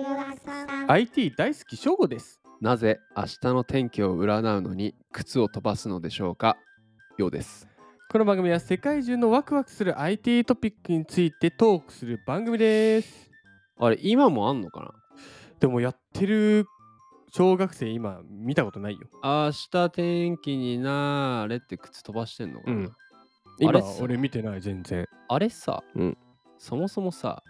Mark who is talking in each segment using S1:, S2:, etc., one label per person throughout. S1: ん。
S2: IT 大好き翔吾です
S3: なぜ明日の天気を占うのに靴を飛ばすのでしょうかようです
S2: この番組は世界中のワクワクする IT トピックについてトークする番組です
S3: あれ今もあんのかな
S2: でもやってる小学生今見たことないよ
S3: 明日天気になれって靴飛ばしてんのかな、
S2: うん
S3: あれ
S2: 今
S3: っす
S2: 俺見てない全然
S3: あれさ、
S2: うん
S3: そもそもさ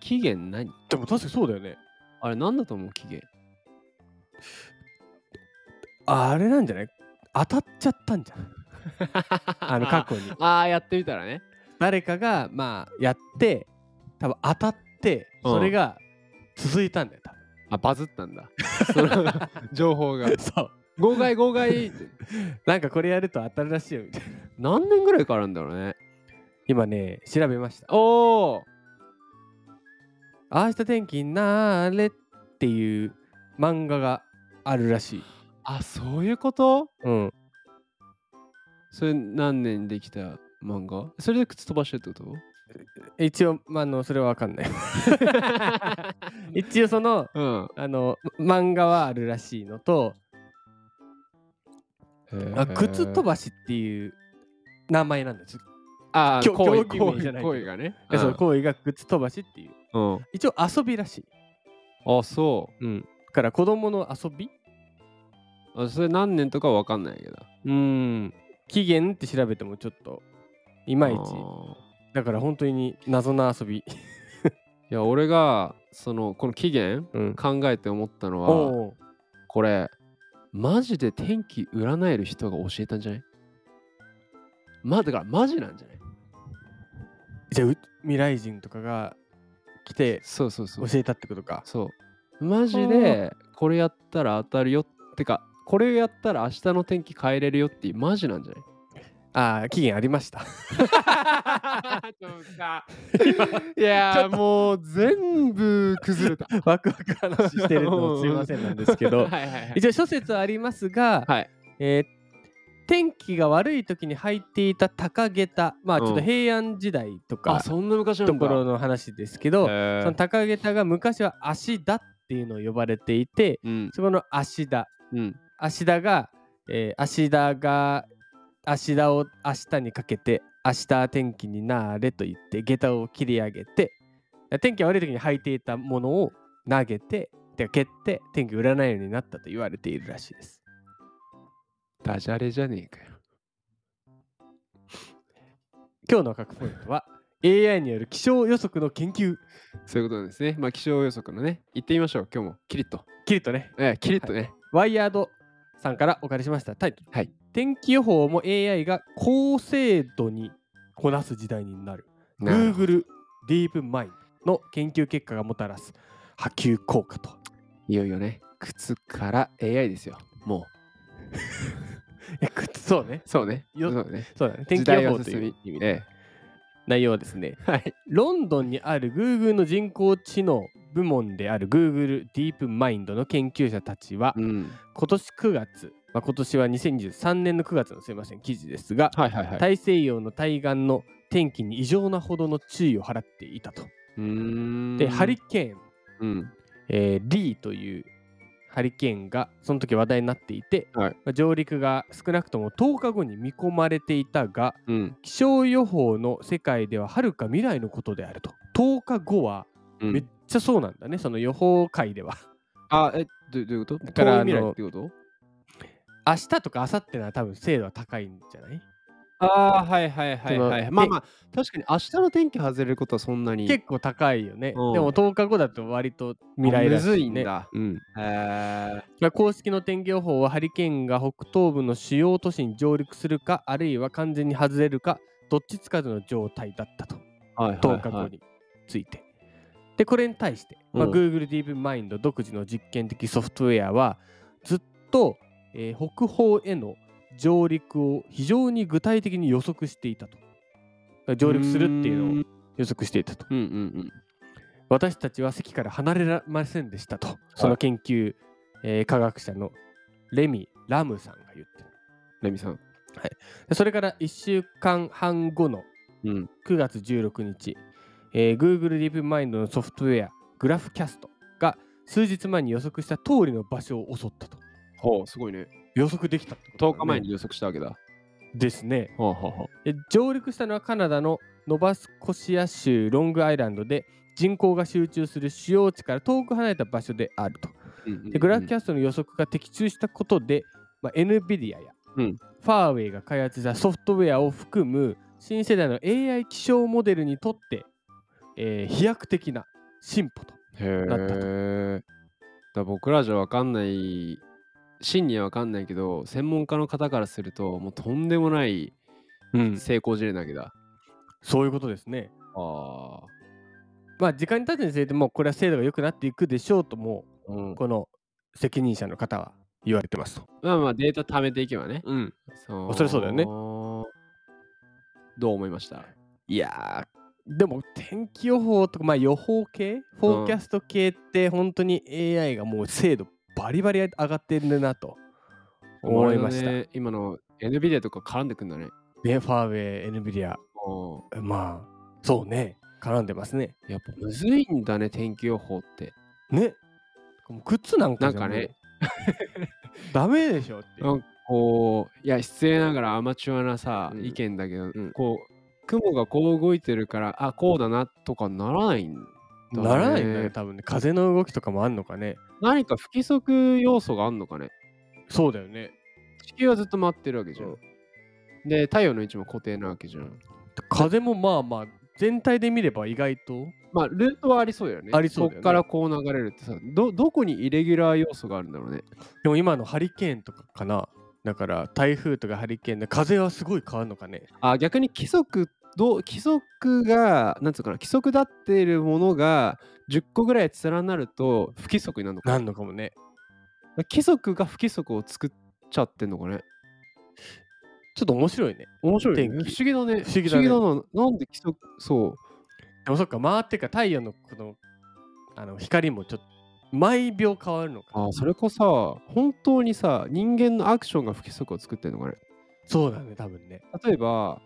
S3: 期限何
S2: でも確かにそうだよね
S3: あれ何だと思う期限
S2: あれなんじゃない当たっちゃったんじゃ ない あの過去に
S3: ああやってみたらね
S2: 誰かがまあやって多分当たって
S3: うん
S2: それが続いたんだよ多
S3: あバズったんだ その情報が
S2: 分 そう
S3: 号外号外
S2: なんかこれやると当たるらしいよみたいな
S3: 何年ぐらいからあるんだろうね
S2: 今ね調べました
S3: おお
S2: 明日天気になーれっていう漫画があるらしい。
S3: あそういうこと
S2: うん。
S3: それ何年にできた漫画それで靴飛ばしてるってこと
S2: 一応、まあ、あの、それはわかんない。 一応、その、
S3: うん、
S2: あの、漫画はあるらしいのと、あ靴飛ばしっていう名前なんです。
S3: あ
S2: 競
S3: 行為
S2: 競技名じゃないけど
S3: 行為がね
S2: えそう行為が靴飛ばしっていう。
S3: うん、
S2: 一応、遊びらしい。
S3: うん、あそ
S2: うん。だから、子供の遊び
S3: うあそれ何年とかわかんないけど
S2: うん。期限って調べてもちょっと、いまいち。
S3: あ
S2: だから、本当に謎な遊び。
S3: ーいや俺がそのこの期限
S2: うん。
S3: 考えて思ったの は
S2: おう
S3: これマジで天気占える人が教えたんじゃないまあだからマジなんじゃない
S2: じゃあう未来人とかが来て
S3: そうそうそ
S2: 教
S3: う
S2: えたってことか
S3: そうマジでこれやったら当たるよってかこれやったら明日の天気変えれるよっていうマジなんじゃない
S2: ああ期限ありました
S3: いやーもう全部崩れた。
S2: ワクワク話してる のすいませんなんですけど
S3: はいはいはい
S2: 一応諸説ありますが、
S3: はい
S2: えー天気が悪い時に履いていた高下駄まあちょっ
S3: う
S2: と
S3: ん
S2: 平安時代とか
S3: あ、そんな昔の
S2: ところの話ですけど、その高下駄が昔は足田っていうのを呼ばれていて
S3: うん
S2: そこの足田
S3: うん
S2: 足田が、えー足田が足田を明日にかけて明日天気になれと言って下駄を切り上げて天気が悪い時に履いていたものを投げててか蹴って天気を占えるようになったと言われているらしいです
S3: ダジャレじゃねえかよ。
S2: 今日の科学ポイントは AI による気象予測の研究
S3: そういうことなんですね。まあ気象予測のね、行ってみましょう、今日も。キリッと。
S2: キリとね
S3: ええ、キリッとね。
S2: ワイヤードさんからお借りしましたタイトル、
S3: はい
S2: 天気予報も AI が高精度にこなす時代になる
S3: なるほど
S2: Google DeepMind の研究結果がもたらす波及効果と。
S3: いよいよね、靴から AI ですよ。も
S2: えくそうね
S3: う。。そうね。
S2: よ
S3: そうね。
S2: そうだね。天
S3: 時
S2: 気
S3: 代
S2: 予報
S3: は
S2: と
S3: 進
S2: いう
S3: み、意味で。
S2: 内容はですね、
S3: はい。
S2: ロンドンにある Google の人工知能部門である Google DeepMind の研究者たちは、
S3: うん。
S2: 今年9月、まあ、今年は2023年の9月のすいません、記事ですが、
S3: はいはいはい。
S2: 大西洋の対岸の天気に異常なほどの注意を払っていたと。
S3: うーん
S2: で、ハリケーン、
S3: うん。
S2: えーリーというハリケーンがその時話題になっていて、
S3: はい
S2: まあ上陸が少なくとも10日後に見込まれていたが
S3: うん。
S2: 気象予報の世界でははるか未来のことであると10日後は
S3: うん
S2: めっちゃそうなんだね、その予報界では
S3: あ、え、どどういうこと
S2: か
S3: からら
S2: あの
S3: 未来ってこと
S2: 明日とか明後日なら多分精度は高いんじゃない、
S3: ああ、はいはいはいは
S2: その
S3: い。まあまあ、確かに明日の天気外れることはそんなに。
S2: 結構高いよね、
S3: うん
S2: でも10日後だと割と未来らしい、ね、
S3: むずいんだ。
S2: うん
S3: へー
S2: まあ公式の天気予報はハリケーンが北東部の主要都市に上陸するかあるいは完全に外れるかどっちつかずの状態だったと
S3: はい
S2: 10日後について。でこれに対して、まあ
S3: うん
S2: Google DeepMind 独自の実験的ソフトウェアはずっと、えー北方への上陸を非常に具体的に予測していたと。だから上陸するっていうのを
S3: を。
S2: 予測していたと。
S3: うんうん
S2: 私たちは席から離れられませんでしたと、その研究、えー科学者のレミ・ラムさんが言ってる
S3: レミさん。
S2: でそれから1週間半後の
S3: うん。
S2: 9月16日、えー Google DeepMind のソフトウェア、グラフキャストが数日前に予測した通りの場所を襲ったと。
S3: ほう、すごいね。
S2: 予測できたってことだね
S3: 10日前に予測したわけだ。
S2: ですね。
S3: ほうほうほう。
S2: で上陸したのはカナダのノバスコシア州ロングアイランドで人口が集中する主要地から遠く離れた場所であると。
S3: うんうんうん
S2: でグラフキャストの予測が的中したことで、まあ、NVIDIA や、
S3: うん
S2: ファーウェイが開発したソフトウェアを含む新世代の AI 気象モデルにとって、えー飛躍的な進歩と。
S3: へえ。
S2: なったと
S3: だから僕らじゃわかんない、真にはわかんないけど、専門家の方からすると、もうとんでもない成功事例なわけだ。
S2: そういうことですね。
S3: ああ。
S2: まあ時間に経つにつれてもうこれは精度が良くなっていくでしょうとも
S3: うん、
S2: この責任者の方は言われてますと。
S3: まあまあデータ貯めていけばね。
S2: うん、
S3: そ
S2: そりゃそうだよね
S3: どう思いました
S2: いやーでも天気予報とか、まあ、予報系フォーキャスト系って本当に AI がもう精度バリバリ上がってるなと思いました。
S3: お前
S2: ね、
S3: のね今の NVIDIA とか絡んでくんだね。
S2: ファーウェイ、NVIDIA、
S3: おー
S2: まあそうね、絡んでますね。
S3: やっぱむずいんだね、天気予報って。
S2: ねもう靴なんかじゃ
S3: なんかね
S2: もう ダメでしょっていう。
S3: なんかこう、いや、失礼ながらアマチュアなさ、
S2: うん
S3: 意見だけど、
S2: ん
S3: こう、雲がこう動いてるから、あ、こうだなとかならないんだね
S2: ならないんだよ、多分ね。風の動きとかもあんのかね。
S3: 何か不規則要素があんのかね。
S2: そうだよね。
S3: 地球はずっと回ってるわけじゃん。
S2: うん
S3: で、太陽の位置も固定なわけじゃん。
S2: 風もまあまあ、全体で見れば意外と。
S3: まあ、ルートはありそうだよね。
S2: ありそうだよね
S3: こっからこう流れるってさ、ど、どこにイレギュラー要素があるんだろうね。
S2: でも今のハリケーンとかかな。だから台風とかハリケーンで風はすごい変わるのかね。
S3: あ、逆に規則、どう規則が、なんつうかな、規則だっているものが10個ぐらい連なると不規則になるのか
S2: なんのかもね。
S3: 規則が不規則を作っちゃってんのかね。
S2: ちょっと面白いね。
S3: 面白い、ね。不
S2: 天
S3: 思
S2: 気
S3: 議
S2: 不
S3: だね。
S2: 思議だね
S3: 不思議だな。なんで規則、そう。
S2: でもそっか、回ってか太陽のこのあの光もちょっと毎秒変わるのか。
S3: あ、それこそさ、本当にさ、人間のアクションが不規則を作ってんのかね。
S2: そうだね、多分ね。
S3: 例えば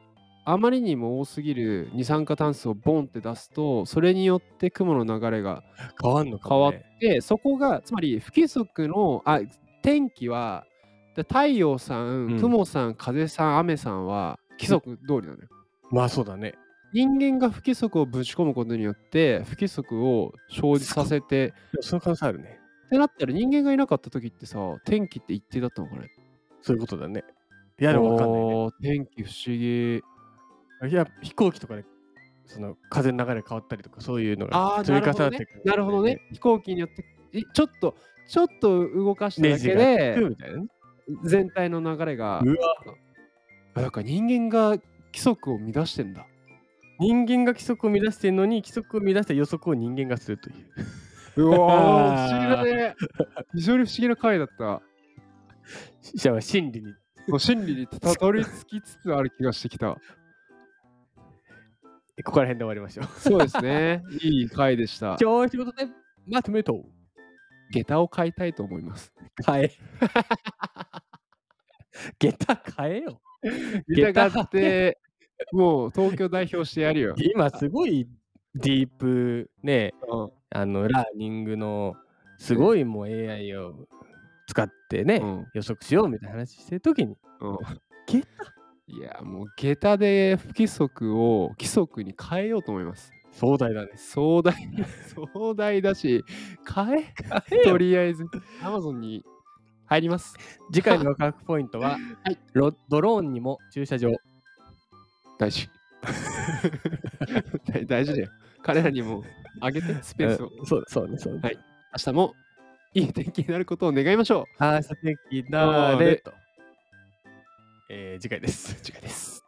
S3: あまりにも多すぎる二酸化炭素をボンって出すとそれによって雲の流れが
S2: 変わるのか
S3: 変わ
S2: も、
S3: っ
S2: ね。
S3: て、そこがつまり不規則のあ天気はで太陽さ
S2: うんん
S3: 雲さん、風さん雨さんは規則通りなのよ。
S2: まあそうだね。
S3: 人間が不規則をぶち込むことによって不規則を生じさせて
S2: でもその可能性あるね。
S3: ってなったら人間がいなかった時ってさ天気って一定だったのかね
S2: そういうことだね。い
S3: あ
S2: や、でもわかんないね。
S3: 天気不思議。
S2: いや、飛行機とかで、その風の流れ変わったりとか、そういうの
S3: あ
S2: が
S3: あ、
S2: 積み重なっ
S3: な
S2: てい
S3: る
S2: く
S3: ほどね。なるほどね。飛行機によって、いちょっと、ちょっと動かした
S2: ネ
S3: だ
S2: ジ
S3: け
S2: がつく
S3: で、
S2: みたいなね。
S3: 全体の流れが、
S2: うわ
S3: なんか人間が規則を乱してんだ。
S2: 人間が規則を乱してるのに、規則を乱した予測を人間がするという。
S3: う
S2: わー
S3: わ不思議だね。非常に不思議な回だった。
S2: じゃあ真理に
S3: もう真理にたどり着きつつある気がしてきた。
S2: ここら辺で終わりましょう。
S3: そうですね。いい回でした。
S2: 今日仕事でまとめと
S3: 下駄を買いたいと思い ます。
S2: 変え。下駄変えよ。
S3: 下駄買って、もう東京代表してやるよ。
S2: 今すごいディープね、
S3: うん
S2: あのラーニングのすごいもう AI を使ってね、
S3: うん
S2: 予測しようみたいな話してるときに、
S3: うん
S2: 下
S3: いやもう下駄で不規則を規則に変えようと思います。
S2: 壮大 だね。
S3: 壮大壮大だし変え
S2: 変えよ
S3: とりあえず Amazon に入ります。
S2: 次回の科学ポイントは、
S3: はい
S2: ロドローンにも駐車場。
S3: 大 事。大大事だよ。彼らにもあげてスペースを。
S2: うんそうそうね、そうね。
S3: はい明日もいい天気になることを願いましょう。
S2: あー素敵なれと。えー次回です。次回です。